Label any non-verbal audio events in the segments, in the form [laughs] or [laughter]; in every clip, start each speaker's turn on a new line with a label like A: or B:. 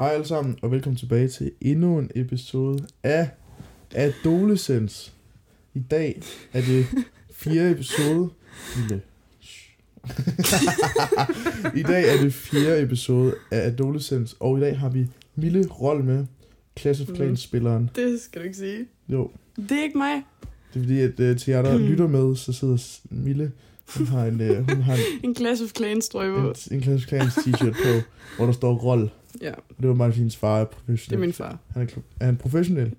A: Hej alle sammen, og velkommen tilbage til endnu en episode af Adolescence. I dag er det fjerde episode. Lille. shh. [laughs] I dag er det fjerde episode af Adolescence, og i dag har vi Mille Roll med, Clash of Clans-spilleren.
B: Det skal du ikke sige.
A: Jo,
B: Det er ikke mig.
A: det er fordi, at øh, til jer,
B: Mm.
A: der lytter med, så sidder s- Mille, hun har en, øh, hun har en,
B: [laughs] En Clash of Clans drøm.
A: en, en Clash of Clans t-shirt på, hvor der står Roll.
B: Ja,
A: Og det var Martins far er
B: det er
A: professionel.
B: min far.
A: Han er, kl- er han professionel?
B: Jamen,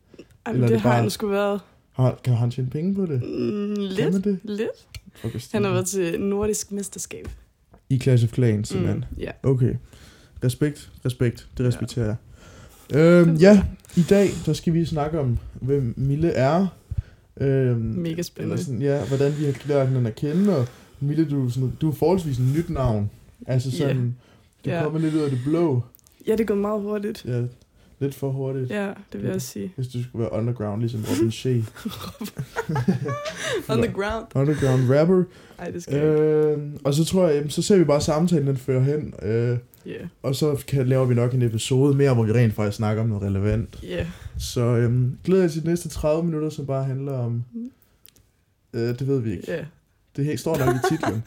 A: Eller er
B: det,
A: det
B: det har
A: bare-
B: han sgu været
A: Har, kan han tjene penge på det?
B: mm,
A: Kan
B: lidt.
A: man Mhm. det?
B: Lidt.
A: Fuck, hvis
B: Han har
A: det-
B: været til nordisk mesterskab.
A: I Clash of Clans, simpelthen. Mm.
B: ja.
A: Okay. Respekt, respekt. Det
B: Ja.
A: respekterer jeg. Øhm, ja, i dag, så skal vi snakke om, hvem Mille er. Øhm,
B: Mega
A: eller
B: spændende.
A: sådan, ja, hvordan vi har lært hinanden at kende. Og Mille, du, er sådan, du er forholdsvis en nyt navn. Altså
B: Ja.
A: sådan, yeah. du
B: Ja.
A: yeah. kommer lidt ud af det blå.
B: Ja, det er gået meget hurtigt.
A: Ja, lidt for hurtigt.
B: Ja, det vil jeg også sige.
A: Hvis du skulle være underground, ligesom Robin Shea.
B: On the ground.
A: underground
B: [laughs]
A: rapper.
B: Ej, det skal jeg ikke.
A: Øh, og så tror jeg, jamen, så ser vi bare samtalen, den fører hen. Øh,
B: Ja.
A: og så kan, laver vi nok en episode mere, hvor vi rent faktisk snakker om noget relevant.
B: Ja.
A: Så øhm, glæder jeg til de næste 30 minutter, som bare handler om... Øh, det ved vi ikke.
B: Ja.
A: Det helt står nok i
B: [laughs]
A: titlen.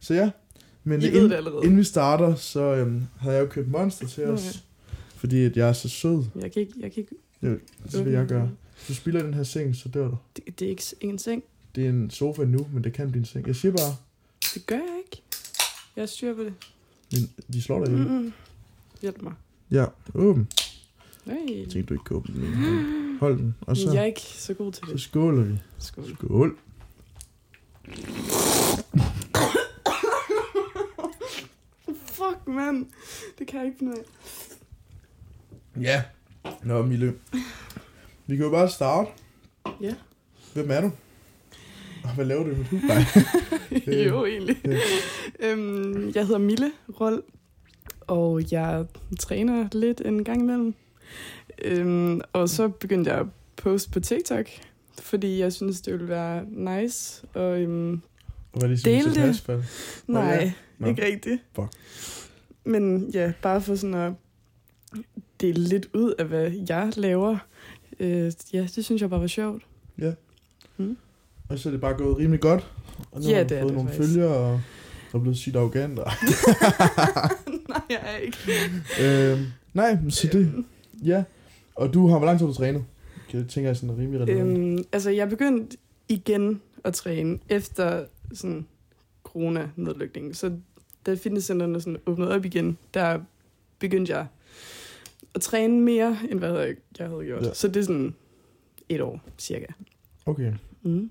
A: Så ja. Men
B: I ved
A: inden,
B: det allerede.
A: inden vi starter, så øhm, havde jeg jo købt Monster til
B: Nå,
A: os.
B: ja.
A: Fordi at jeg er så sød. Altså,
B: Jeg kan ikke... Jeg kan ikke Mm.
A: Det vil jeg gøre. Hvis du spiller den her seng, så dør du.
B: Det, det er ikke en seng.
A: Det er en sofa nu, men det kan blive en seng. Jeg siger bare,
B: Det gør jeg ikke. Jeg styrer på det.
A: men de slår dig ihjel.
B: Mm-mm. Hjælp mig.
A: Ja, åben.
B: Nej.
A: Jeg tænkte, du ikke kunne åbne den. ene
B: Mm.
A: hånd. Hold den, og så,
B: Jeg er ikke så god til
A: så
B: det.
A: skåler vi.
B: Skål.
A: Skål.
B: Fuck, mand. Det kan jeg
A: [laughs]
B: ikke finde ud af.
A: Ja. Nå, Mille. Vi kan jo bare starte.
B: Ja.
A: Hvem er du? Og hvad laver du i mit hus? Nej. Øh,
B: jo, egentlig.
A: ja.
B: øhm, jeg hedder Mille Rold, og jeg træner lidt en gang imellem. Øhm, og så begyndte jeg at poste på TikTok, fordi jeg synes, det ville være nice. Og, øhm,
A: [laughs] Og hvad er det,
B: Del
A: sådan,
B: det.
A: Asfalt?
B: nej,
A: ja. Nå.
B: ikke rigtigt.
A: Fuck.
B: Men ja, bare for sådan at dele lidt ud af, hvad jeg laver. Øh, ja, det synes jeg bare var
A: [laughs]
B: sjovt. [laughs]
A: Og så er det bare gået rimelig godt. Og nu
B: Ja,
A: har du
B: det er
A: fået
B: det
A: nogle
B: faktisk.
A: følgere, og og er blevet sygt arrogant.
B: [laughs]
A: og-
B: nej, jeg er ikke.
A: øhm, nej, men så
B: Øhm,
A: det... Ja. Og du har... Hvor lang tid har du trænet? Kan jeg tænker, jeg sådan er rimelig relevant. Øhm,
B: Øhm, altså, jeg begyndte igen at træne efter sådan corona-nedlykningen. Så da fitnesscenterne sådan åbnede op igen, der begyndte jeg at træne mere, end hvad jeg- jeg havde gjort.
A: Ja.
B: Ja. Så det er sådan et år, cirka.
A: okay.
B: Mm.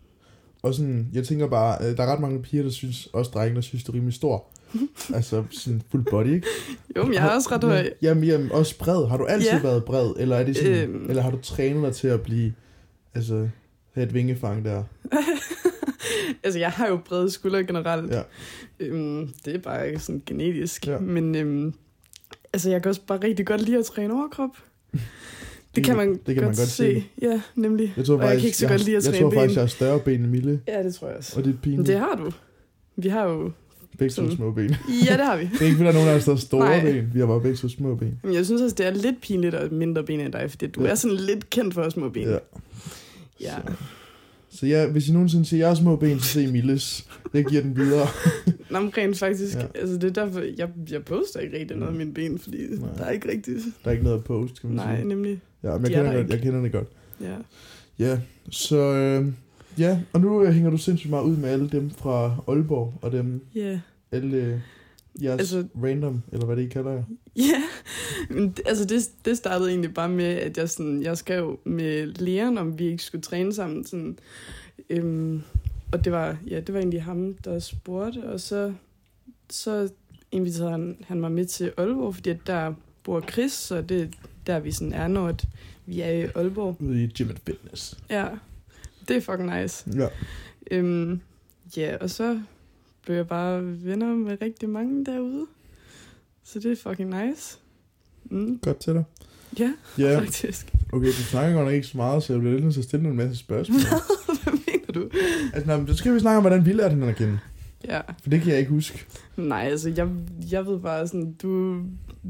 A: Og sådan, jeg tænker bare, øh, der er ret mange piger, der synes, også drenge, der synes, det er rimelig stor.
B: Mhm.
A: altså sådan full body, ikke?
B: Jo, men jeg er
A: Har-
B: også ret
A: men-
B: høj.
A: Jamen, jamen, også bred. Har du altid
B: Ja.
A: været bred, eller, er det sådan,
B: Øhm.
A: eller har du trænet dig til at blive, altså, have et vingefang der?
B: Altså, jeg har jo brede skuldre generelt.
A: Ja.
B: Øhm, det er bare ikke sådan genetisk.
A: Ja.
B: Ja. Men øhm, altså, jeg kan også bare rigtig godt lide at træne overkrop. Det kan man, det kan godt, man godt se. se. Ja, nemlig.
A: Jeg tror
B: Og jeg kan ikke så
A: har-
B: godt lide at
A: jeg
B: træne
A: tror faktisk,
B: ben.
A: jeg har større ben end Mille,
B: Ja, det tror jeg også.
A: og det er
B: Men
A: pinligt.
B: det har du. Vi har jo...
A: Begge to
B: sådan.
A: små ben.
B: Ja, det har vi.
A: Det er ikke, fordi der er nogen af os, der har store
B: Nej.
A: ben. Vi har bare begge to små ben.
B: Men jeg synes også, det er lidt pinligt at have mindre ben end dig, fordi du
A: Ja.
B: ja. er sådan lidt kendt for små ben.
A: Ja.
B: Ja. ja.
A: Så, så ja, hvis I nogensinde siger, at jeg har små ben, så se Milles. Jeg giver den videre.
B: Nå, men rent faktisk,
A: Ja.
B: ja. altså det er derfor, jeg, jeg poster ikke rigtig noget af mine ben, fordi
A: Nej.
B: Nej. der er ikke rigtigt.
A: Der er ikke noget at post, kan man
B: Nej,
A: sige.
B: nemlig.
A: Ja, men jeg
B: de er
A: kender,
B: der
A: godt, jeg
B: ikke.
A: kender det godt.
B: Ja.
A: Ja, så øh, ja, og nu øh, hænger du sindssygt meget ud med alle dem fra Aalborg, og dem,
B: Ja.
A: alle øh, jeres altså,
B: Altså-
A: random, eller hvad det I kalder jer.
B: Ja, men det- altså det, det startede egentlig bare med, at jeg, sådan, jeg skrev med læreren, om vi ikke skulle træne sammen. Sådan, øhm, og det var, ja, det var egentlig ham, der spurgte, og så, så inviterede han, han mig med til Aalborg, fordi at der bor Chris, så det er der, vi sådan er, når at vi er i Aalborg.
A: Ude i Gym and Fitness.
B: Ja, det er fucking nice.
A: Ja.
B: Øhm, ja, og så blev jeg bare venner med rigtig mange derude, så det er fucking nice. Mm.
A: Godt til dig.
B: Ja,
A: Ja,
B: faktisk.
A: okay, du snakker godt nok ikke så meget, så jeg bliver lidt nødt til at stille en masse spørgsmål.
B: [laughs] Hvad mener du?
A: altså, nej, men så skal vi snakke om, hvordan vi lærte hinanden at kende.
B: Ja,
A: For det kan jeg ikke huske.
B: nej, altså jeg, jeg ved bare sådan, du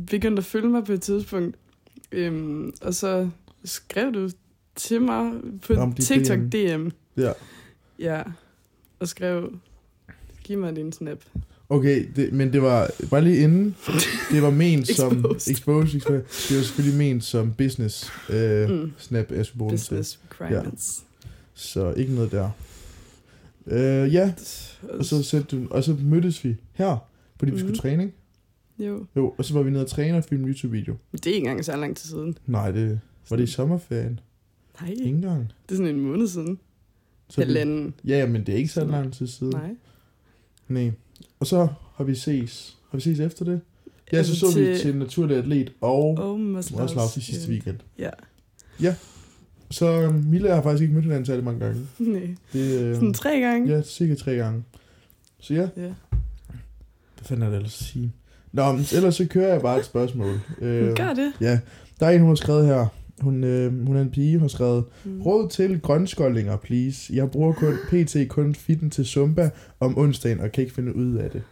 B: begyndte at følge mig på et tidspunkt, Øhm, og så skrev du til mig på
A: Om
B: Om
A: de
B: TikTok
A: DM.
B: DM. DM.
A: Ja.
B: Ja. Og skrev, giv mig din snap.
A: Okay, det, men det var bare lige inden. Det var
B: [laughs]
A: ment som...
B: Exposed.
A: Exposed. exposed. Det var selvfølgelig ment som business øh, mm.
B: Mm.
A: snap as bonus.
B: Business requirements.
A: Så ikke noget der. Øh, ja, og så, sendte du, og så mødtes vi her, fordi vi skulle
B: Mhm.
A: træne. ikke?
B: Jo.
A: Jo, og så var vi nede og træne og filme YouTube-video.
B: Men Det er ikke engang så lang tid siden.
A: Nej, det var det i sommerferien.
B: Nej,
A: Ingen gang.
B: det er sådan en måned siden.
A: Så det,
B: Halvanden.
A: ja, ja, men det er ikke så lang tid siden.
B: Nej.
A: Nej. Og så har vi ses. Har vi ses efter det? Ja, så
B: Altså
A: så vi
B: til-
A: til Naturlig Atlet og
B: Og
A: også Lars i sidste
B: Maslaus.
A: weekend.
B: Ja.
A: Så øhm, Mille har faktisk ikke mødt hinanden særlig mange gange.
B: [laughs] Nej.
A: Det, øh,
B: Sådan tre gange.
A: Ja, cirka tre gange. Så ja,
B: Ja.
A: hvad fanden er det ellers at sige? Nå, men ellers så kører jeg bare et spørgsmål. Øhm,
B: Men Gør det.
A: Ja, der er en, hun har skrevet her. Hun, øh, hun er en pige, hun har skrevet,
B: Mm.
A: Råd til grønskoldinger, please. Jeg bruger kun pt. kun fitten til Zumba om onsdagen, og kan ikke finde ud af det.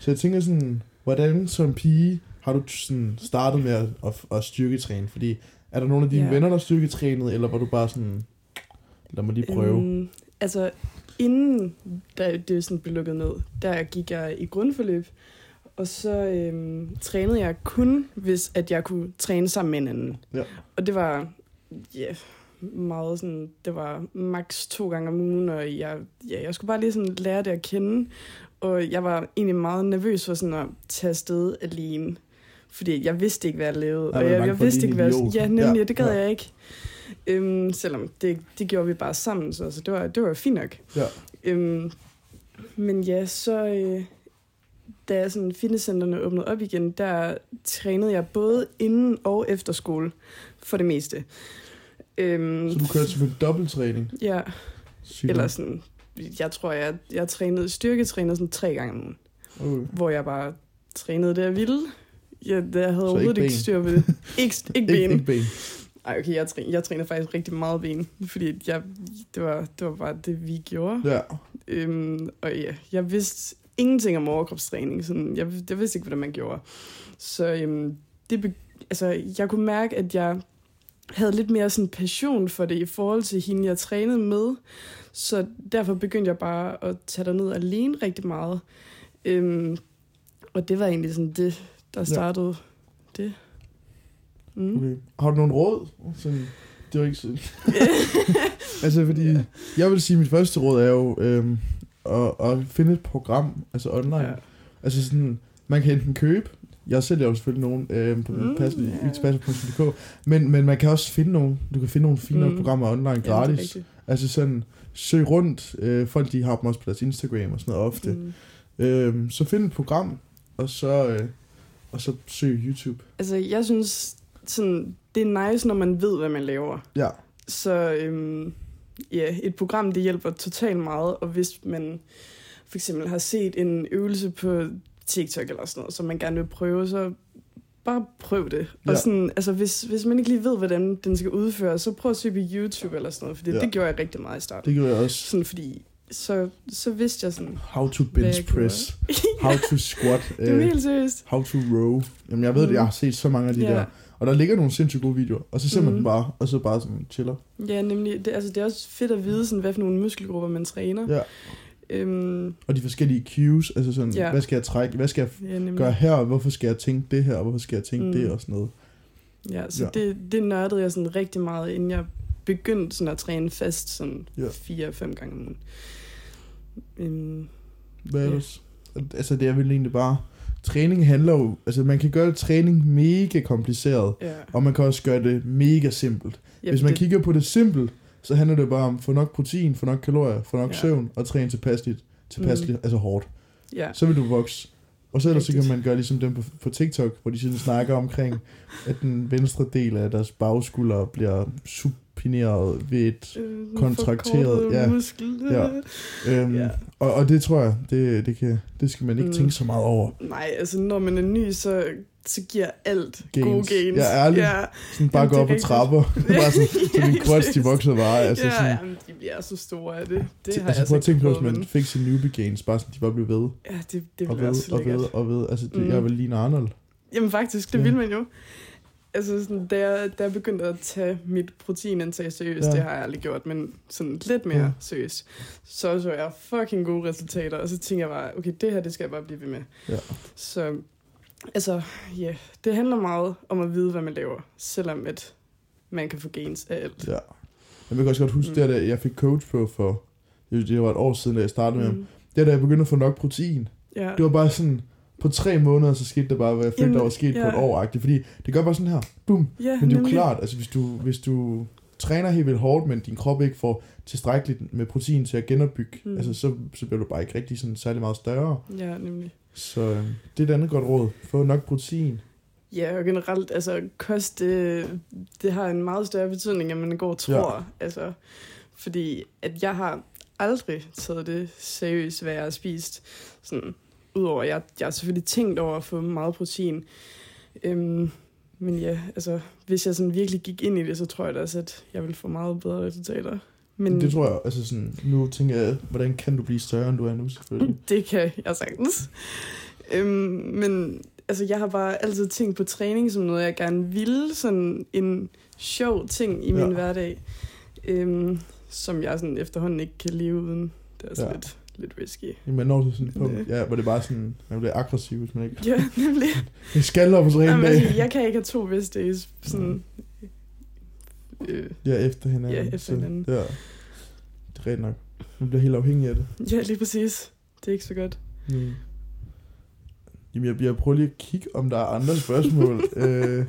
A: Så jeg tænker sådan, hvordan som pige har du sådan startet med at, at, at styrketræne? Fordi er der nogle af dine
B: Ja.
A: venner, der styrketrænede, eller var du bare sådan, lad mig lige prøve? Mm.
B: Øhm, altså, inden da det sådan blev lukket ned, der gik jeg i grundforløb, og så øhm, trænede jeg kun, hvis at jeg kunne træne sammen med en anden.
A: Ja.
B: Og det var ja, meget sådan, det var maks to gange om ugen, og jeg, ja, jeg skulle bare lige sådan lære det at kende. Og jeg var egentlig meget nervøs for sådan at tage afsted alene. Fordi jeg vidste ikke, hvad jeg lavede.
A: Nej,
B: og
A: man er
B: jeg,
A: bange
B: jeg
A: for at
B: vidste
A: ligne
B: ikke, hvad jeg,
A: idiot.
B: ja, nemlig,
A: Ja,
B: ja, det gad
A: ja.
B: ja. jeg ikke. Øhm, selvom det, det gjorde vi bare sammen, så altså, det, var, det var fint nok.
A: Ja.
B: Øhm, men ja, så øh, da sådan fitnesscenterne åbnede op igen, der trænede jeg både inden og efter skole for det meste. Øhm,
A: Så du kørte som en dobbelttræning?
B: Ja,
A: Sygt.
B: eller sådan, jeg tror, jeg, jeg trænede, styrketrænede sådan tre gange om ugen,
A: Okay.
B: hvor jeg bare trænede det, jeg ville. Jeg, jeg havde overhovedet
A: ikke
B: ikke, ikke
A: ben.
B: styr på
A: [laughs]
B: det. Ikke, ikke
A: Ikke,
B: ben.
A: ikke ben.
B: Ej, okay, jeg, træ, jeg trænede faktisk rigtig meget ben, fordi jeg, det, var, det var bare det, vi gjorde.
A: Ja.
B: Øhm, og ja, jeg vidste ingenting om overkropstræning. Sådan, jeg, jeg vidste ikke, hvordan man gjorde. Så øhm, det, be- altså, jeg kunne mærke, at jeg havde lidt mere sådan passion for det i forhold til hende, jeg trænede med. Så derfor begyndte jeg bare at tage derned alene rigtig meget. Øhm, og det var egentlig sådan det, der startede ja. det. Mm.
A: Okay. Har du nogle råd? Sådan, det er jo ikke
B: [laughs]
A: sådan. altså, fordi
B: Ja.
A: jeg vil sige, at mit første råd er jo øhm, at, at finde et program, altså online. Ja.
B: Ja.
A: Altså sådan, man kan enten købe, jeg sælger jo selvfølgelig nogen øhm, på mm,
B: Mm, ja.
A: yeah. men, men man kan også finde nogle, du kan finde nogle fine mm.
B: Mm.
A: programmer online
B: Ja, det er
A: gratis.
B: rigtigt.
A: altså sådan, søg rundt, øh, folk de har dem også på deres Instagram og sådan noget ofte. Mm.
B: Mm.
A: Øhm, så find et program, og så, øh, og så søg YouTube.
B: Altså, jeg synes, sådan, det er nice, når man ved, hvad man laver.
A: Ja.
B: Så øhm, ja, et program, det hjælper totalt meget, og hvis man for eksempel har set en øvelse på TikTok eller sådan noget, som man gerne vil prøve, så bare prøv det.
A: Ja.
B: Og sådan, altså, hvis, hvis man ikke lige ved, hvordan den skal udføres, så prøv at søge på YouTube eller sådan noget, for
A: Ja.
B: ja. det gjorde jeg rigtig meget i starten.
A: Det Øh, gør jeg også.
B: Sådan fordi, så, så vidste jeg sådan,
A: How to
B: Hvad
A: bench
B: jeg
A: press.
B: [laughs]
A: How to squat.
B: det er
A: øh,
B: helt seriøst.
A: how to row. Jamen, jeg ved det,
B: Mm.
A: jeg har set så mange af de
B: Ja.
A: der. Og der ligger nogle sindssygt gode videoer. Og så ser man
B: Mm.
A: dem bare, og så bare sådan chiller.
B: Ja, nemlig. Det, altså, det er også fedt at vide, sådan, hvad for nogle muskelgrupper man træner.
A: Ja.
B: Øhm,
A: Og de forskellige cues, altså sådan,
B: Ja.
A: hvad skal jeg trække, hvad skal jeg f-
B: ja, nemlig.
A: gøre her, og hvorfor skal jeg tænke det her, og hvorfor skal jeg tænke mm.
B: Mm.
A: det, og sådan noget.
B: Ja, så
A: Ja.
B: ja. Det, det nørdede jeg sådan rigtig meget, inden jeg begyndte sådan at træne fast sådan
A: Ja.
B: ja. fire-fem gange om ugen. Øhm,
A: Hvad
B: Ja.
A: ellers? Altså, det er vel egentlig bare, træning handler jo, altså man kan gøre træning mega kompliceret,
B: ja.
A: og man kan også gøre det mega simpelt.
B: Ja,
A: Hvis man
B: det,
A: kigger på det simpelt, så handler det bare om, få nok protein, få nok kalorier, få nok ja.
B: Ja.
A: søvn, og træne tilpasseligt, tilpasseligt, mm. altså hårdt.
B: Ja,
A: så vil du vokse. Og så ellers så kan
B: Rigtigt.
A: man gøre ligesom dem på, på TikTok, hvor de sådan snakker omkring, at den venstre del af deres bagskulder bliver supineret ved et...
B: øh,
A: kontrakteret,
B: forkortet
A: ja.
B: Muskel.
A: Ja. Øhm,
B: Ja.
A: og, og det tror jeg, det, det, kan, det skal man ikke mm.
B: Mm.
A: tænke så meget over.
B: Nej, altså når man er ny, så, så giver alt gains. gode
A: Gains.
B: gains.
A: Ja, ærligt.
B: Ja,
A: Sådan bare
B: Jamen,
A: gå
B: det er
A: op ad
B: rigtigt. [laughs]
A: trapper, bare sådan, så
B: Ja,
A: dine
B: helt
A: quads de
B: seriøst.
A: vokser bare. Altså,
B: ja,
A: sådan,
B: jamen, de bliver så store af det. Det
A: det
B: har
A: altså
B: jeg
A: prøv at
B: altså ikke
A: tænke på,
B: prøvet,
A: hvis man
B: men...
A: fik sine new gains, bare sådan, de bare blev ved,
B: Ja, det, det
A: og
B: ville
A: ved,
B: være så
A: og
B: lækkert.
A: ved, og ved. Altså, det,
B: Mm.
A: jeg vil ligne Arnold.
B: Jamen faktisk, det
A: Ja.
B: ja. vil man jo. altså sådan, da, jeg, da jeg begyndte at tage mit proteinindtag seriøst,
A: Ja.
B: ja. det har jeg aldrig gjort, men sådan lidt mere
A: Ja.
B: ja. seriøst, så så jeg fucking gode resultater, og så tænkte jeg bare, okay, det her, det skal jeg bare blive ved med.
A: Ja.
B: Så, altså, ja, yeah, det handler meget om at vide, hvad man laver, selvom at man kan få gains af alt.
A: Ja. Men jeg kan også godt huske, mm.
B: Mm.
A: det her, da jeg fik coach på for, det det var et år siden, da jeg startede med ham.
B: Mm.
A: Det er da jeg begyndte at få nok protein.
B: Ja.
A: Det var bare sådan, på tre måneder, så skete der bare, hvad jeg følte,
B: Jamen,
A: der var sket ja. på
B: ja.
A: et år -agtigt. Fordi det gør bare sådan her, bum. Men
B: ja,
A: det er jo
B: nemlig.
A: klart, altså hvis du, hvis du træner helt vildt hårdt, men din krop ikke får tilstrækkeligt med protein til at genopbygge, mm.
B: Mm.
A: altså så, så bliver du bare ikke rigtig sådan særlig meget større.
B: Ja, nemlig.
A: Så øh, det er et andet godt råd. Få nok protein.
B: Ja, og generelt, altså kost, det, det har en meget større betydning, end man går og tror. Ja. Altså, fordi at jeg har aldrig taget det seriøst, hvad jeg har spist. Sådan, udover, jeg, jeg har selvfølgelig tænkt over at få meget protein. Øhm, men ja, altså, hvis jeg sådan virkelig gik ind i det, så tror jeg da også, at jeg ville få meget bedre resultater. Men
A: Men... Det tror jeg, altså sådan, nu tænker jeg, hvordan kan du blive større, end du er nu selvfølgelig?
B: Det kan jeg sagtens. Øhm, men altså, jeg har bare altid tænkt på træning som noget, jeg gerne ville. Sådan en sjov ting i min
A: Ja.
B: hverdag, øhm, som jeg sådan efterhånden ikke kan leve uden. Det er så
A: Ja.
B: ja. lidt, lidt risky.
A: Jamen, man når til sådan et
B: Det-
A: punkt, ja, hvor det bare sådan, man bliver aggressiv, hvis man ikke...
B: Ja, [laughs] nemlig.
A: Jeg skal op så en
B: Jamen,
A: dag.
B: altså, jeg kan ikke have to best days sådan, øh,
A: Ja, efter hinanden.
B: Ja, efter
A: så-
B: hinanden.
A: Ja. Det er rigtigt nok. Man bliver helt afhængig af det.
B: Ja, lige præcis. Det er ikke så godt.
A: Mm. Jamen, jeg, jeg prøver lige at kigge, om der er andre
B: [laughs]
A: spørgsmål. øh,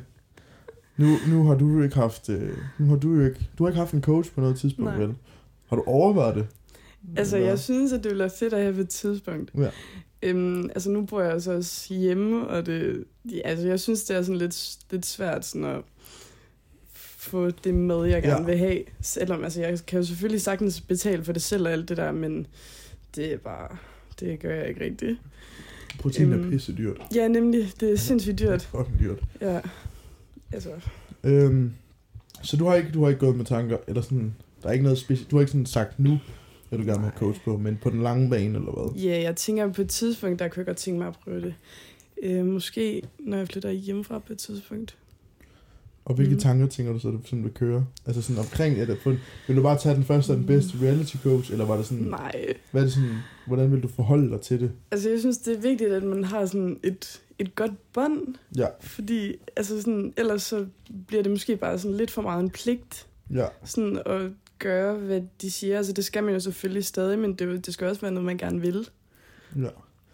A: nu, nu har du jo ikke haft... Øh, nu har du jo ikke... Du har ikke haft en coach på noget tidspunkt,
B: Nej.
A: vel? Har du overvejet det?
B: Altså,
A: Eller-
B: jeg synes, at det ville være fedt at have på et tidspunkt.
A: Ja.
B: Øhm, altså, nu bor jeg så også hjemme, og det, ja, altså, jeg synes, det er sådan lidt, lidt svært sådan at få det med, jeg gerne
A: Ja.
B: ja. vil have. Selvom, altså, jeg kan jo selvfølgelig sagtens betale for det selv og alt det der, men det er bare, det gør jeg ikke rigtigt.
A: Protein er
B: Øhm,
A: pisse dyrt.
B: Ja, nemlig, det er sindssygt
A: Det er
B: dyrt.
A: fucking dyrt.
B: Ja, altså,
A: Øhm, så du har, ikke, du har ikke gået med tanker, eller sådan... Der er ikke noget specielt... Du har ikke sådan sagt, nu vil du gerne have
B: Nej.
A: coach på, men på den lange bane, eller hvad?
B: ja, jeg tænker på et tidspunkt, der kunne jeg godt tænke mig at prøve det. Øh, måske, når jeg flytter hjemmefra på et tidspunkt.
A: Og hvilke mm.
B: Mm.
A: tanker tænker du så, du sådan vil køre? Altså sådan omkring, at få, vil du bare tage den første og den bedste reality coach, eller var det sådan,
B: Mm. Nej,
A: hvad er det sådan, hvordan vil du forholde dig til det?
B: Altså, jeg synes, det er vigtigt, at man har sådan et, et godt bånd,
A: Ja,
B: fordi altså sådan, ellers så bliver det måske bare sådan lidt for meget en pligt
A: ja,
B: sådan at gøre, hvad de siger. Altså, det skal man jo selvfølgelig stadig, men det, er jo- det skal også være noget, man gerne vil.
A: ja.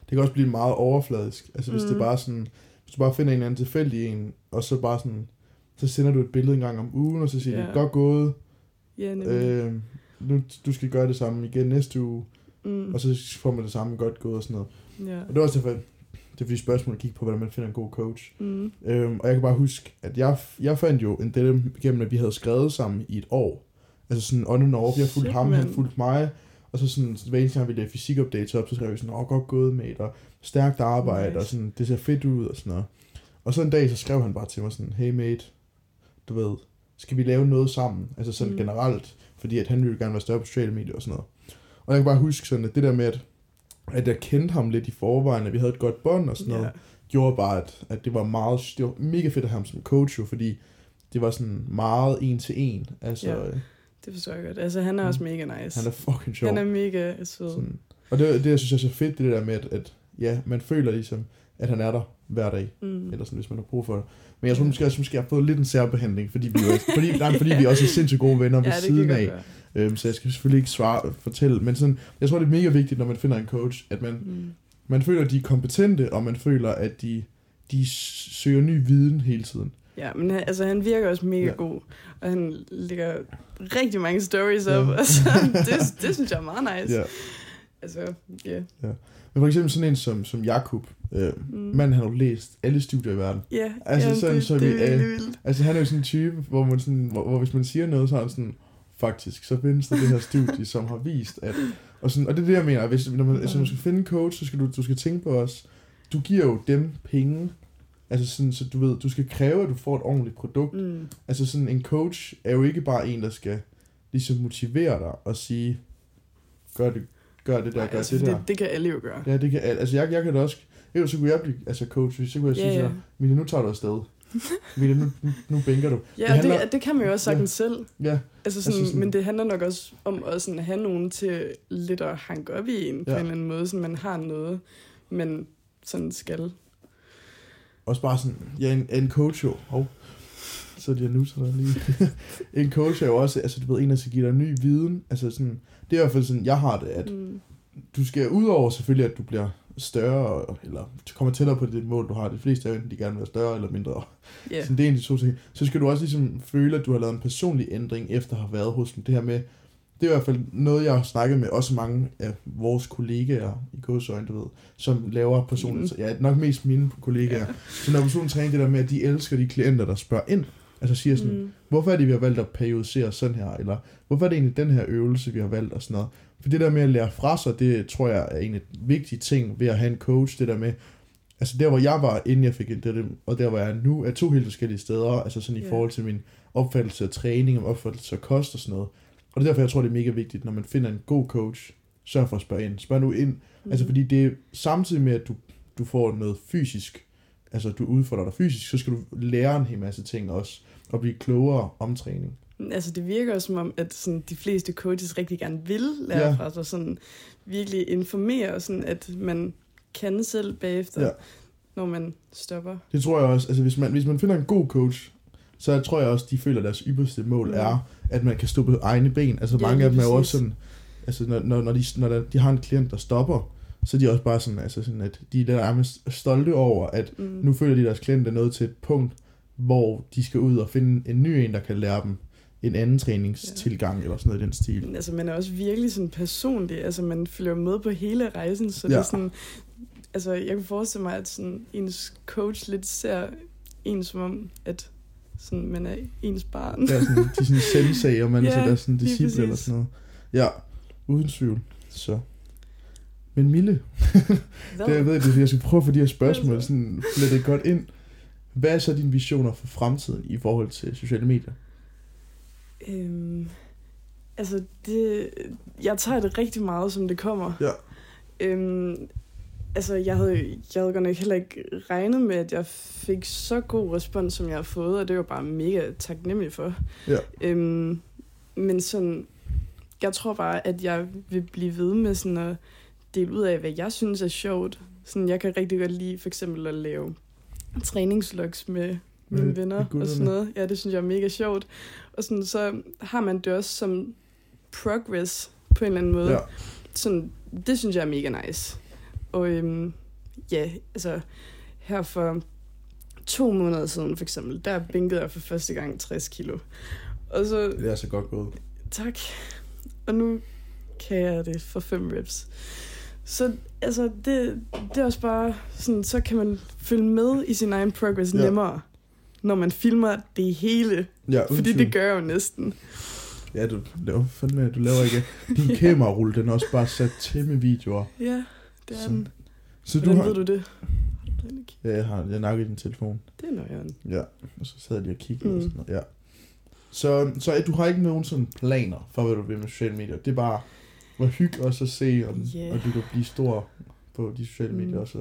A: Det kan også blive meget overfladisk. Altså hvis mm. det
B: Mm.
A: bare sådan, hvis du bare finder en eller anden tilfældig en, og så bare sådan, så sender du et billede en gang om ugen, og så siger yeah.
B: Ja.
A: de, godt gået,
B: Ja, nemlig. Øh,
A: øh, nu, du skal gøre det samme igen næste uge,
B: mm,
A: og så får man det samme godt gået og sådan noget.
B: ja.
A: Og det var også derfor, det er fordi spørgsmålet gik på, hvordan man finder en god coach.
B: Mm,
A: Øhm, og jeg kan bare huske, at jeg, jeg fandt jo en dem gennem, at vi havde skrevet sammen i et år. Altså sådan on and off. Jeg fulgte
B: Shit,
A: ham, han
B: mand.
A: fulgte mig. Og så sådan, hver eneste gang vi lavede fysikupdates op, så skrev vi sådan, åh, godt gået, mate, og stærkt arbejde, nice.
B: Nice.
A: og sådan, det ser fedt ud, og sådan noget. Og så en dag, så skrev han bare til mig sådan, hey mate, du ved, skal vi lave noget sammen? Altså sådan mm.
B: Mm.
A: generelt, fordi at han ville gerne være større på social media og sådan noget. Og jeg kan bare huske sådan, at det der med, at, at jeg kendte ham lidt i forvejen, at vi havde et godt bånd og sådan noget,
B: ja.
A: gjorde bare, at, at det var meget, det var mega fedt at have ham som coach, jo, fordi det var sådan meget en til en. Altså,
B: Ja.
A: ja.
B: Det forstår jeg godt. Altså, han er også mega nice.
A: Mm. han er fucking sjov.
B: han er mega sød.
A: sådan. Og det, det, jeg synes er så fedt, det der med, at, at ja, man føler ligesom, at han er der hver dag,
B: Mm.
A: eller sådan, hvis man har brug for det. Men jeg tror måske også, måske, jeg har fået lidt en særbehandling, fordi vi, også, fordi, nej, men fordi vi også
B: [laughs]
A: er sindssygt gode venner ved
B: ja,
A: ja,
B: det kan
A: siden
B: godt
A: af.
B: være.
A: Øhm, så jeg skal selvfølgelig ikke svare, fortælle, men sådan, jeg tror, det er mega vigtigt, når man finder en coach, at man,
B: Mm.
A: man føler, at de er kompetente, og man føler, at de, de søger ny viden hele tiden.
B: Ja, men han, altså, han virker også mega
A: Ja.
B: ja. god, og han lægger rigtig mange stories
A: Ja.
B: op,
A: [laughs]
B: og så, det, det synes jeg er meget nice.
A: Ja.
B: Altså, ja.
A: Men for eksempel sådan en som, som Jakob, øh,
B: Mm.
A: manden han har jo læst alle studier i verden.
B: Ja,
A: Altså,
B: jamen,
A: sådan,
B: det,
A: så
B: det
A: vi
B: er
A: alle-
B: virkelig vildt.
A: Altså han er jo sådan en type, hvor, man sådan, hvor, hvor hvis man siger noget, så er han sådan, faktisk, så findes der det her studie, som har vist, at... Og, sådan, og det er det, jeg mener. Hvis, når man, altså, når man skal finde en coach, så skal du, du skal tænke på os. Du giver jo dem penge. Altså sådan, så du ved, du skal kræve, at du får et ordentligt produkt.
B: Mm.
A: Altså sådan en coach er jo ikke bare en, der skal ligesom motivere dig og sige, gør det, gør det der,
B: Nej,
A: gør
B: altså,
A: det
B: det,
A: der.
B: det, det kan alle jo gøre.
A: Ja, det kan, al- altså jeg, jeg kan da også, jo, så kunne jeg blive altså coach, hvis jeg kunne jeg sige
B: Ja,
A: til
B: ja.
A: dig, Mille, nu tager du afsted. Mille, nu, nu, nu bænker du.
B: Ja,
A: det
B: det,
A: handler,
B: det, det kan man jo også sagtens ja. selv.
A: ja,
B: Altså sådan,
A: Altså
B: altså
A: sådan-
B: sådan, men det handler nok også om at sådan have nogen til lidt at hanke op i en ja. på
A: Ja.
B: en eller anden måde, så man har noget, man sådan skal.
A: også bare sådan, ja, en, en coach jo. Hov. Så er de her nusser der lige. [laughs] en coach er jo også, altså du ved, en der skal give dig ny viden. Altså sådan, det er i hvert fald sådan, jeg har det, at
B: Mm.
A: du skal ud over selvfølgelig, at du bliver større, og- eller kommer tættere på det mål, du har. De fleste er jo enten, de gerne vil være større eller mindre.
B: Ja,
A: Yeah. Sådan, det er en af de to ting. Så skal du også ligesom føle, at du har lavet en personlig ændring, efter at have været hos dem. Det her med, det er i hvert fald noget, jeg har snakket med også mange af vores kollegaer i gåsøjne, du ved, som laver personligt. Mm. Ja, nok mest mine kollegaer. Yeah. Så når personen træner det der med, at de elsker de klienter, der spørger ind, altså siger sådan, mm.
B: Mm.
A: hvorfor er det, vi har valgt at periodisere sådan her, eller hvorfor er det egentlig den her øvelse, vi har valgt, og sådan noget. For det der med at lære fra sig, det tror jeg er en af de vigtige ting ved at have en coach, det der med, altså der hvor jeg var, inden jeg fik en det, og der hvor jeg er nu, er to helt forskellige steder, altså sådan i
B: Ja.
A: forhold til min opfattelse af træning, og opfattelse af kost og sådan noget. Og det er derfor, jeg tror, det er mega vigtigt, når man finder en god coach, sørg for at spørge ind. Spørg nu ind,
B: Mm.
A: Altså fordi det er samtidig med, at du, du får noget fysisk, altså du udfordrer dig fysisk, så skal du lære en hel masse ting også, og blive klogere om træning.
B: Altså, det virker jo som om, at sådan, de fleste coaches rigtig gerne vil lære
A: Ja.
B: ja. fra sig, sådan, virkelig informere, og sådan, at man kan selv bagefter,
A: Ja.
B: ja. når man stopper.
A: Det tror jeg også, altså hvis man, hvis man finder en god coach, så tror jeg også, de føler, at deres ypperste mål
B: Mm.
A: er, at man kan stå på egne ben. Altså
B: Ja,
A: mange af
B: lige
A: dem er jo også
B: præcis.
A: sådan, altså når, når, når, de, når der- de har en klient, der stopper, så er de også bare sådan, altså sådan at de er nærmest stolte over, at
B: Mm.
A: Nu føler de, at deres klient er nået til et punkt, hvor de skal ud og finde en ny en, der kan lære dem en anden træningstilgang, ja. eller sådan noget i den stil.
B: Men Altså, man er også virkelig sådan personlig. Altså, man følger med på hele rejsen, så ja. det
A: Ja.
B: er sådan... Altså, jeg kunne forestille mig, at sådan, ens coach lidt ser en som om, at sådan, man er ens barn.
A: Det
B: [laughs]
A: er sådan, de er sådan sensei, og man ja,
B: Ja,
A: er så der er sådan
B: lige
A: disciple eller
B: præcis.
A: sådan noget. Ja, uden tvivl. Så. Men Mille, det, jeg ved, det, jeg skal prøve at få de her spørgsmål
B: Altså.
A: sådan, lidt godt ind. Hvad er så dine visioner for fremtiden i forhold til sociale medier?
B: Øhm, altså, det, jeg tager det rigtig meget, som det kommer.
A: Ja.
B: Øhm, altså, jeg havde, jeg havde godt nok heller ikke regnet med, at jeg fik så god respons, som jeg har fået, og det var bare mega taknemmelig for.
A: Ja.
B: Øhm, men sådan, jeg tror bare, at jeg vil blive ved med sådan at dele ud af, hvad jeg synes er sjovt. Sådan, jeg kan rigtig godt lide for eksempel at lave træningslogs med mine
A: Med-
B: venner
A: med
B: og
A: gutterne.
B: sådan noget. Ja, det synes jeg er mega sjovt. Og sådan, så har man det også som progress på en eller anden måde.
A: Ja.
B: Sådan, det synes jeg er mega nice. Og øhm, ja, altså her for to måneder siden for eksempel, der bænkede jeg for første gang 60 kilo. Og så,
A: Det er så godt gået.
B: tak. Og nu kan jeg det for fem reps. Så altså, det, det er også bare sådan, så kan man følge med i sin egen progress
A: Ja.
B: ja. nemmere, når man filmer det hele.
A: Ja, uden
B: Fordi
A: tvivl.
B: det gør jeg jo næsten.
A: Ja, du laver fandme, du laver ikke. Din
B: [laughs]
A: kamerarulle, den er også bare sat til med videoer.
B: Ja, det er
A: Sådan.
B: den.
A: Så du
B: Hvordan
A: har...
B: ved du det? Har du den ikke?
A: Ja, jeg har jeg nakket din telefon.
B: Det er nøjeren.
A: Ja, og så sad jeg lige og kiggede mm. og
B: Mm.
A: sådan noget. Ja. Så, så øh, du har ikke nogen sådan planer for, hvad du vil med sociale medier. Det er bare, hvor hygge også at se, om,
B: Ja.
A: yeah. og du kan blive stor på de sociale
B: Mm.
A: medier også.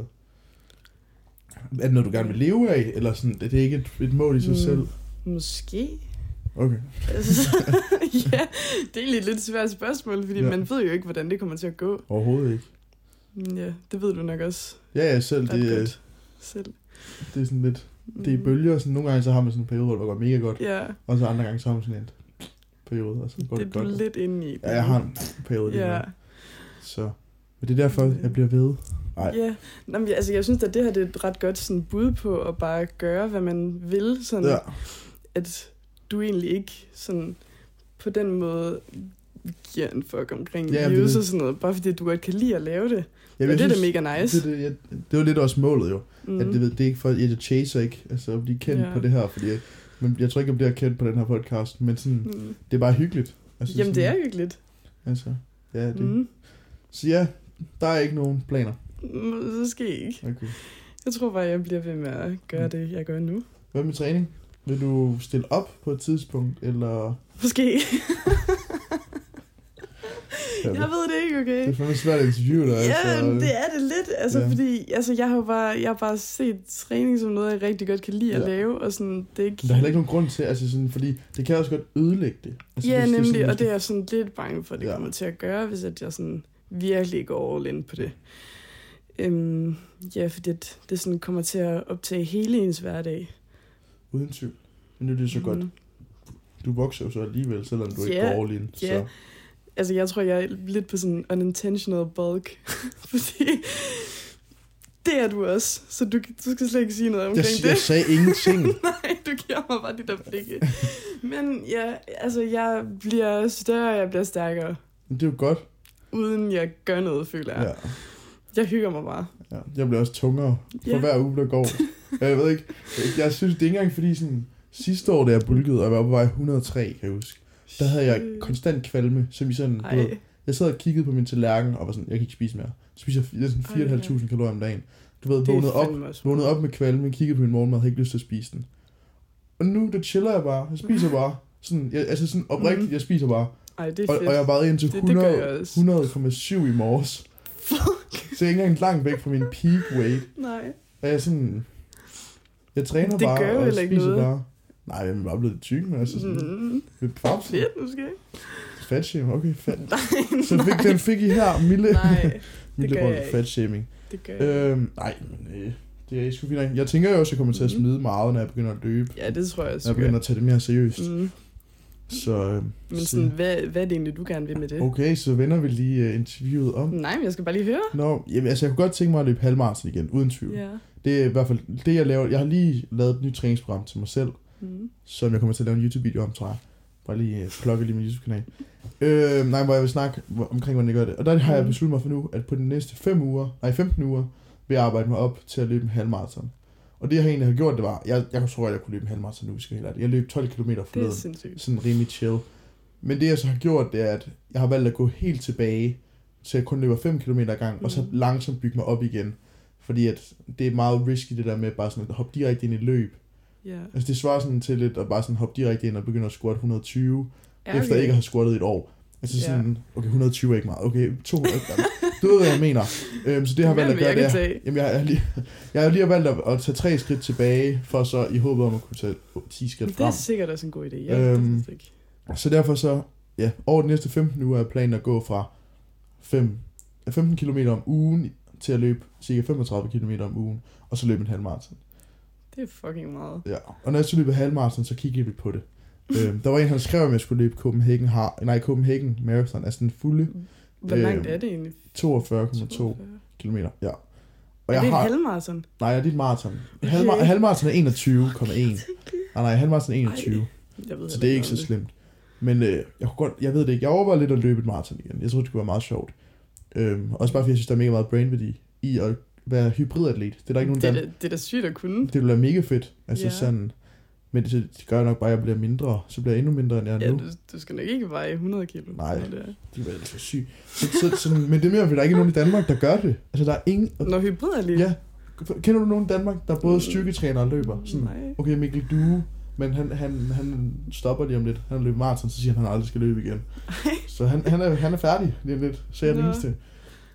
A: Er det noget, du gerne vil leve af, eller sådan, det er ikke et, et mål i sig mm.
B: Mm.
A: selv?
B: Måske.
A: Okay.
B: Altså, [laughs] ja, det er egentlig et lidt svært spørgsmål, fordi
A: Ja.
B: ja. man ved jo ikke, hvordan det kommer til at gå.
A: Overhovedet ikke.
B: Men ja, det ved du nok også
A: Ja, ja, selv
B: ret det,
A: det,
B: godt selv.
A: det er sådan lidt, det er i
B: Mm.
A: bølger, sådan nogle gange så har man sådan en periode, hvor det går mega godt,
B: Ja,
A: og så andre gange så har man sådan en periode, og så går det,
B: det er du
A: godt.
B: lidt inde i.
A: Ja, jeg har en periode lige nu.
B: Ja,
A: Så. Men det er derfor, jeg bliver ved. Ej.
B: ja. Nå, men, jeg- altså, jeg synes, at det her det er et ret godt sådan, bud på at bare gøre, hvad man vil. Sådan,
A: Ja.
B: ja. At du egentlig ikke sådan, på den måde giver en fuck omkring
A: Ja,
B: ja,
A: men
B: views
A: det-
B: og sådan noget, bare fordi du godt kan lide at lave det.
A: Jeg,
B: og det er da mega nice.
A: Det, det, jeg, det var lidt også målet jo. Mm.
B: mm.
A: At det, ved- det er ikke for, at jeg chaser ikke, altså at blive kendt
B: Ja.
A: på det her, fordi jeg, men jeg tror ikke, jeg bliver kendt på den her podcast, men sådan, mm.
B: mm.
A: det er bare hyggeligt. Altså,
B: Jamen,
A: sådan,
B: det er hyggeligt.
A: Altså, ja, det. Mm.
B: Mm.
A: Så ja, der er ikke nogen planer.
B: Mm, Måske ikke.
A: Okay.
B: Jeg tror bare, jeg bliver ved med at gøre
A: Mm.
B: det, jeg gør nu.
A: Hvad med træning? Vil du stille
B: [laughs]
A: op på et tidspunkt, eller...
B: Måske.
A: Palle.
B: Jeg ved det ikke, okay?
A: Det er fandme svært at interviewe dig.
B: Ja, men det er det lidt, altså
A: Ja.
B: ja. fordi altså, jeg har jo bare, jeg har bare set træning som noget, jeg rigtig godt kan lide at
A: Ja.
B: lave, og sådan, det er ikke...
A: Der er heller ikke nogen grund til, altså sådan, fordi det kan også godt ødelægge det. Altså,
B: ja,
A: hvis
B: nemlig,
A: sådan,
B: og det er jeg sådan lidt bange for, at det
A: Ja.
B: ja. kommer til at gøre, hvis at jeg sådan virkelig går all in på det. Øhm, ja, fordi det, det sådan kommer til at optage hele ens hverdag.
A: Uden tvivl. Men det er jo så godt.
B: Mm.
A: Du vokser jo så alligevel, selvom du ikke
B: Ja.
A: går all in. Så.
B: Ja. Altså, jeg tror, jeg er lidt på sådan unintentional bulk, [laughs] fordi det er du også, så du, du skal slet ikke sige noget
A: Jeg,
B: omkring det.
A: jeg sagde ingenting.
B: [laughs] Nej, du giver mig bare de der blikke. Men ja, altså, jeg bliver større, jeg bliver stærkere,
A: Men det er jo godt.
B: uden jeg gør noget, føler jeg.
A: Ja.
B: Ja. Jeg hygger mig bare.
A: ja. Jeg bliver også tungere for
B: Ja.
A: hver uge, der
B: [laughs]
A: går. Jeg ved ikke. Jeg synes, det er ikke engang fordi sådan, sidste år, da jeg bulkede, og jeg var på vej 103, kan jeg huske. Der havde jeg konstant kvalme, som i sådan, du ved,
B: Ej,
A: jeg sad og kiggede på min tallerken, og var sådan, jeg kan ikke spise mere. Så spiser jeg næsten
B: Ej,
A: 4.500 kalorier om dagen. Du ved,
B: det er
A: vågnede op,
B: fandme også.
A: vågnede op med kvalme, kiggede på min morgenmad, havde ikke lyst til at spise den. Og nu, der chiller jeg bare. Jeg spiser
B: Mm.
A: bare. Sådan, jeg, altså sådan oprigtigt,
B: Mhm.
A: jeg spiser bare.
B: Ej, det er
A: Og,
B: fedt.
A: og jeg vejede ind til
B: Det- det gør
A: 100,
B: jeg
A: 100,7
B: også.
A: i morges. [laughs] Fuck. Så jeg er ikke engang langt væk fra min peak weight.
B: Nej.
A: Og jeg er sådan... Jeg træner
B: Det
A: bare
B: gør jo
A: og
B: heller ikke
A: spiser
B: noget.
A: bare. Nej, jeg er bare blevet tyk, men altså sådan... Mm.
B: Mm,
A: Lidt paps.
B: fedt, måske.
A: Fat shaming, okay, fat.
B: Nej,
A: Så fik, den fik I her, Mille.
B: Nej,
A: Mille
B: gør jeg
A: rundt
B: ikke.
A: fat shaming.
B: det gør jeg. Øh.
A: Øhm, nej, men øh, det er sgu fint. nok. Jeg tænker jo også, at jeg kommer til at
B: Mhm.
A: smide meget, når jeg begynder at løbe.
B: Ja, det tror jeg også.
A: Når jeg
B: du gør.
A: begynder at tage det mere seriøst.
B: Mm.
A: Så, øhm,
B: Men
A: så-
B: sådan, hvad, hvad er det egentlig, du gerne vil med det?
A: okay, så vender vi lige øh, interviewet om.
B: Nej, men jeg skal bare lige høre.
A: Nå, jamen, altså jeg kunne godt tænke mig at løbe halvmarathon igen, uden tvivl.
B: Ja.
A: Det er i hvert fald det, jeg laver. Jeg har lige lavet et nyt træningsprogram til mig selv,
B: Mm.
A: som jeg kommer til at lave en YouTube-video om, tror jeg. Bare lige øh, plukke lige min YouTube-kanal. Øh, nej, hvor jeg vil snakke hvor- omkring, hvordan jeg gør det. Og der har jeg
B: Mhm.
A: besluttet mig for nu, at på de næste 5 uger, nej 15 uger, vil jeg arbejde mig op til at løbe en halvmarathon. Og det jeg egentlig har gjort, det var, jeg, jeg tror, at jeg kunne løbe en halvmarathon nu, hvis jeg skal være helt ærlig. Jeg løb 12 km
B: Det
A: forleden
B: er sindssygt.
A: sådan rimelig chill. Men det jeg så har gjort, det er, at jeg har valgt at gå helt tilbage, så jeg kun løber 5 km ad gang, mm. og så
B: Mhm.
A: langsomt bygge mig op igen. Fordi at det er meget risky det der med bare sådan at hoppe direkte ind i et løb.
B: Ja.
A: Altså det svarer sådan til lidt at bare sådan hoppe direkte ind og begynde at squat 120,
B: Ja,
A: okay. efter ikke at have squattet i et år. Altså
B: Ja.
A: sådan, okay 120 er ikke meget, okay 200, du ved hvad jeg mener. Øhm, så det jeg har
B: Hvem
A: valgt at
B: vil
A: gøre,
B: jeg
A: det
B: kan
A: er,
B: tage?
A: jamen jeg har lige, jeg har lige valgt at, at tage tre skridt tilbage, for så i håbet om at kunne tage 10 skridt
B: Det er
A: frem.
B: sikkert også en god idé. Ja,
A: Øhm,
B: øhm, det er ikke.
A: Så derfor så, ja, over de næste 15 uger er planen at gå fra 5, 15 km om ugen til at løbe cirka 35 km om ugen, og så løbe en halvmarathon.
B: Det er fucking meget.
A: Ja. Og når jeg så løber halvmarathon, så kiggede vi på det. øhm, der var en, han skrev, at jeg skulle løbe Copenhagen, har, nej, Copenhagen Marathon, altså den fulde
B: Hvor
A: Øhm,
B: langt er det egentlig?
A: 42,2 km. Ja. Og
B: er
A: jeg
B: det
A: har,
B: en halvmarathon?
A: nej, det er et maraton.
B: Okay.
A: Halvmar- halvmaraton er 21,1. Nej, nej, halvmaraton er 21.
B: Jeg ved
A: Så
B: heller
A: det er ikke så
B: noget om
A: slemt. Men øh, jeg, kunne godt, jeg ved det ikke. Jeg overvejer lidt at løbe et maraton igen. Jeg tror, det kunne være meget sjovt. Øhm, også bare fordi jeg synes, der er mega meget brainværdi i at være hybridatlet. Det er der ikke nogen,
B: det,
A: der...
B: er da, det er da sygt at kunne.
A: Det ville være mega fedt. Altså
B: Ja.
A: sådan... Men det, det gør nok bare, at jeg bliver mindre. Så bliver jeg endnu mindre, end jeg er
B: Ja,
A: nu.
B: du, du skal nok ikke veje 100 kilo.
A: Nej.
B: når det er.
A: Det er altså sygt. Så, så, sådan, men det er mere, fordi der er ikke nogen i Danmark, der gør det. Altså, der er ingen...
B: Når hybrid er lige...
A: Ja. Kender du nogen i Danmark, der både styrketræner og løber? Sådan,
B: Nej.
A: okay, Mikkel Due, men han, han, han stopper lige om lidt. Han løber maraton, så siger han, at han aldrig skal løbe
B: [laughs]
A: igen. Så han, han, er, han er færdig lige om lidt, så jeg er den
B: Nå.
A: eneste.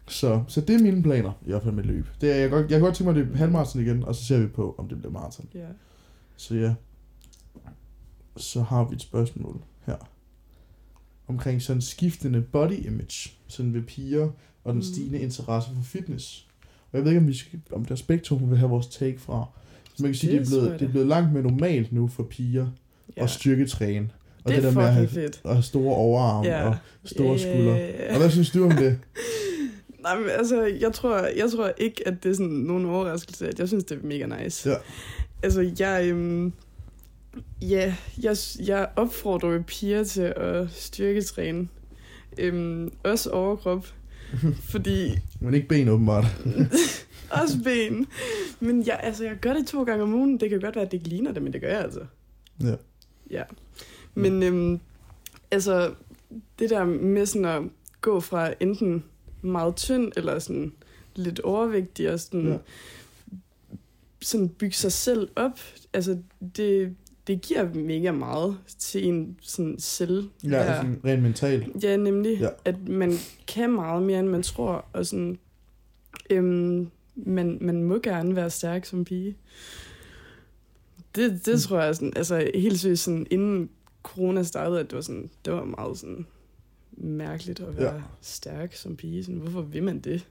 A: Så, så det er mine planer, i hvert fald med løb. Det er, jeg, godt, jeg kan godt tænke mig at løbe halvmarathon igen, og så ser vi på, om det bliver maraton.
B: Ja.
A: Så ja, så har vi et spørgsmål her. Omkring sådan skiftende body image, sådan ved piger, og den
B: Mm.
A: stigende interesse for fitness. Og jeg ved ikke, om, vi skal, om deres spektrum vil have vores take fra. Så man kan sige, det,
B: Det
A: det, er
B: tror jeg
A: blevet,
B: da.
A: det er blevet langt mere normalt nu for piger
B: ja.
A: ja. at styrketræne. Og det,
B: det,
A: der
B: er
A: med at have,
B: fucking fedt.
A: at have store overarme
B: Ja.
A: ja. og store
B: Ja, ja,
A: skuldre.
B: ja, ja.
A: Og hvad synes du om det?
B: Nej, men altså, jeg tror, jeg tror ikke, at det er sådan nogen overraskelse, at jeg synes, det er mega nice.
A: Ja.
B: Altså, jeg... Øhm, ja, jeg, jeg opfordrer jo piger til at styrketræne. Øhm, også
A: [laughs]
B: overkrop. fordi
A: Men ikke ben åbenbart.
B: også ben. Men jeg, altså, jeg gør det to gange om ugen. Det kan godt være, at det ikke ligner det, men det gør jeg altså.
A: Ja.
B: Ja. Men øhm, altså, det der med sådan at gå fra enten meget tynd eller sådan lidt overvægtig og sådan,
A: Ja.
B: ja. sådan bygge sig selv op, altså det, det giver mega meget til en sådan selv.
A: Ja, altså, ja. Sådan, rent mentalt.
B: Ja, nemlig,
A: Ja.
B: ja. at man kan meget mere, end man tror, og sådan, øhm, man, man må gerne være stærk som pige. Det, det
A: Mm.
B: tror jeg, sådan, altså helt seriøst, sådan, inden corona startede, at det var, sådan, det var meget sådan, mærkeligt at være
A: Ja.
B: ja. stærk som pige. Sådan, hvorfor vil man det?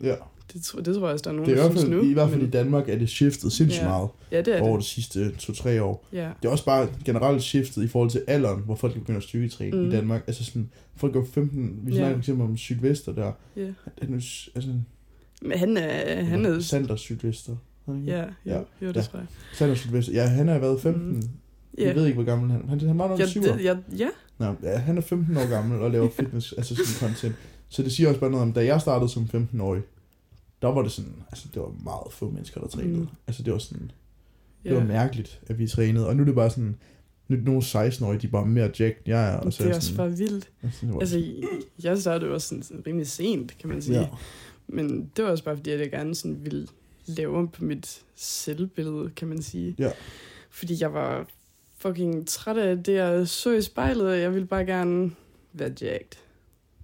A: Ja.
B: Det, tror, det tror jeg også, der er nogen,
A: Det er i
B: der
A: hvert
B: synes
A: fald,
B: nu.
A: i, hvert fald i
B: men-
A: Danmark er det shiftet sindssygt ja.
B: Ja.
A: meget
B: Ja, det er
A: over
B: det.
A: de sidste 2-3 år.
B: Ja.
A: Det er også bare generelt shiftet i forhold til alderen, hvor folk begynder at styrketræne mm. i
B: Mm.
A: Danmark. Altså sådan, folk går 15, vi
B: Ja.
A: snakker for eksempel om Sylvester der.
B: Ja.
A: Han er, jo- altså,
B: Men han er... Han er
A: Sander Sylvester. er han ikke?
B: ja, jo,
A: Ja.
B: ja, jo, det
A: Ja.
B: tror jeg.
A: Sander Sylvester. Ja, han har været 15. Mm.
B: Ja.
A: Jeg ved ikke, hvor gammel han er. Han, han var nok
B: Ja,
A: 7
B: det, ja, ja,
A: Nej, ja, han er 15 år gammel og
B: [laughs]
A: laver fitness, altså sådan content. Så det siger også bare noget om, da jeg startede som 15-årig, der var det sådan, altså det var meget få mennesker, der trænede. Mm.
B: Mm.
A: Altså det var sådan, det var
B: ja.
A: mærkeligt, at vi trænede. Og nu er det bare sådan, nu er det nogle 16-årige, de er bare mere jacked, end jeg er. Og så
B: det er
A: jeg
B: også
A: sådan,
B: bare vildt.
A: Altså, det var
B: Altså, jeg startede jo også sådan, sådan rimelig sent, kan man sige.
A: ja,
B: Ja. Men det var også bare, fordi jeg gerne sådan ville lave om på mit selvbillede, kan man sige.
A: Ja.
B: Fordi jeg var fucking træt af det, jeg så i spejlet, og jeg ville bare gerne være jacked.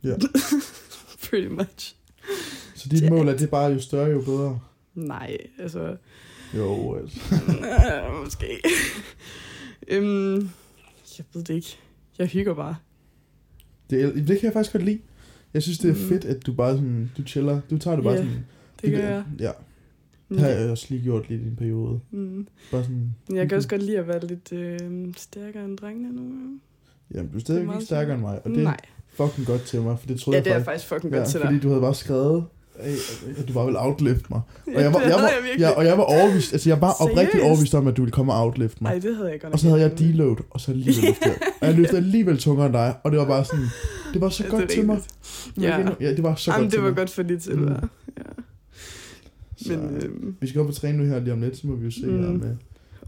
A: Ja.
B: [laughs] Pretty much.
A: så dit mål er, det er bare jo større, jo bedre.
B: Nej,
A: [laughs]
B: altså...
A: Jo, altså.
B: Nej, måske. øhm, jeg ved det ikke. Jeg hygger bare.
A: Det, er- det kan jeg faktisk godt lide. Jeg synes, det er
B: Mm.
A: fedt, at du bare sådan, du chiller. Du tager det bare
B: Ja,
A: sådan.
B: Det
A: du-
B: gør jeg.
A: Ja,
B: Men
A: det har
B: jeg-
A: jeg også lige gjort lidt i en periode.
B: Mm.
A: Bare sådan,
B: Men Jeg kan
A: Mhm.
B: også godt lide at være lidt øh, stærkere end drengene nogle gange.
A: Jamen, du er
B: Det er
A: stadig
B: meget
A: ikke stærkere end mig, og det er
B: Nej,
A: fucking godt til mig, for det troede
B: ja,
A: jeg
B: det er
A: faktisk,
B: faktisk fucking godt til dig.
A: fordi
B: [laughs]
A: du havde bare skrevet, "Ey, at du bare ville outlifte mig. Og jeg var,
B: det
A: jeg var,
B: havde jeg virkelig.
A: ja, og jeg var overvist, altså jeg var
B: Seriøst?
A: oprigtigt overvist om, at du ville komme og outlifte mig.
B: Ej, det havde jeg godt nok
A: Og så havde jeg
B: ikke.
A: deload, og så alligevel løftede
B: [laughs]
A: jeg. Og jeg løftede alligevel tungere end dig, og det var bare sådan, det var så
B: Ja, det er
A: godt til mig.
B: rigtigt.
A: Det var
B: Ja.
A: ikke- Ja, det var så
B: Jamen,
A: godt
B: det
A: til
B: var
A: mig.
B: godt for dit til,
A: Mm.
B: mm. ja. Men
A: Så,
B: øhm,
A: Vi skal op og træne nu her lige om lidt, så må vi jo se
B: Mm.
A: her med.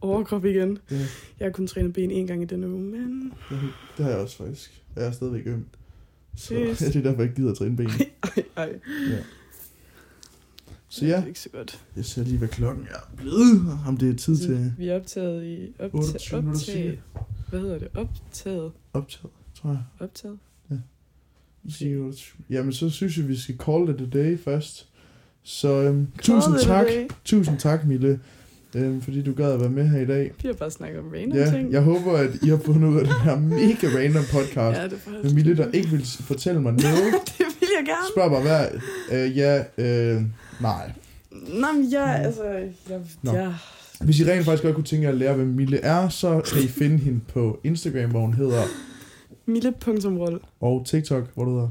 B: overkrop igen.
A: Ja.
B: Jeg har kun trænet ben en gang i denne uge, men...
A: Det har jeg også faktisk. Jeg er stadigvæk øm. Så [laughs]
B: Seriøst?
A: det er derfor, jeg ikke gider at træne
B: [laughs]
A: ben.
B: Ej, ej.
A: Ja. Så
B: Ja,
A: ja,
B: Det er ikke så godt.
A: jeg ser lige, hvad klokken er blevet, og om det er tid til
B: Vi er optaget i... Optaget...
A: 28 minutter cirka.
B: Optaget... Hvad hedder det? Optaget...
A: optaget, tror jeg.
B: Optaget?
A: Cirka 28. Jamen, så synes jeg, vi skal call it a day først. Så øhm,
B: Call
A: tusind
B: it a
A: tak,
B: day.
A: tusind tak, Mille, øhm, fordi du gad at være med her i dag.
B: Vi har bare snakket om random
A: Ja,
B: ting.
A: jeg håber, at I har fundet ud af den her mega random podcast
B: ja, det er
A: med
B: faktisk...
A: Mille, der
B: [laughs]
A: ikke vil fortælle mig noget.
B: det vil jeg gerne.
A: Spørg mig hvad, øh, ja, øh, nej.
B: Nå, men jeg, altså... Jeg,
A: Nå.
B: jeg,
A: Hvis I rent faktisk godt kunne tænke jer at lære, hvem Mille er, så kan I finde hende på Instagram, hvor hun hedder,
B: Mille.roll.
A: og TikTok, hvor du hedder.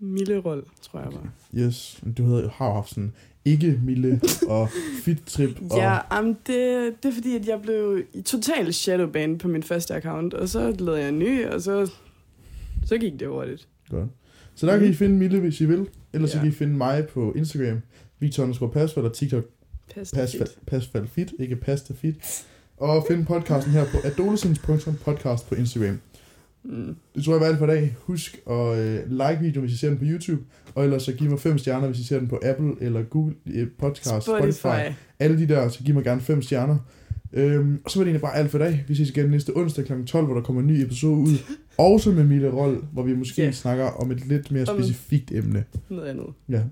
B: Mille-roll, tror jeg bare.
A: Yes, du hedder, har jo haft sådan ikke Mille og Fit Trip. Og,
B: Ja, jamen det, det er fordi, at jeg blev i total shadowban på min første account, og så lavede jeg en ny, og så, så gik det hurtigt.
A: Godt. Så der kan I finde Mille, hvis I vil. Ellers ja. så
B: Mhm. Ja.
A: kan I finde mig på Instagram, Victor underscore Pasfald og TikTok
B: Pas det fedt.
A: Pasfald- Pasfald Fit, ikke Pasta Fit. Og finde podcasten her på adolescence.podcast på Instagram.
B: Mm.
A: Det tror jeg var alt for i dag. Husk at øh, like videoen, hvis I ser den på YouTube. Og ellers så giv mig 5 stjerner, hvis I ser den på Apple eller Google øh, Podcast, Spotify. Spotify.
B: Spotify.
A: Alle de der, så giv mig gerne 5 stjerner. Øhm, og så var det egentlig bare alt for i dag. Vi ses igen næste onsdag kl. 12, hvor der kommer en ny episode [laughs] ud. Også med Mille Roll, hvor vi måske
B: Ja.
A: yeah. snakker om et lidt mere
B: Om-
A: specifikt emne.
B: Noget andet.
A: Ja.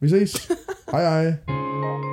A: Vi ses. hej hej.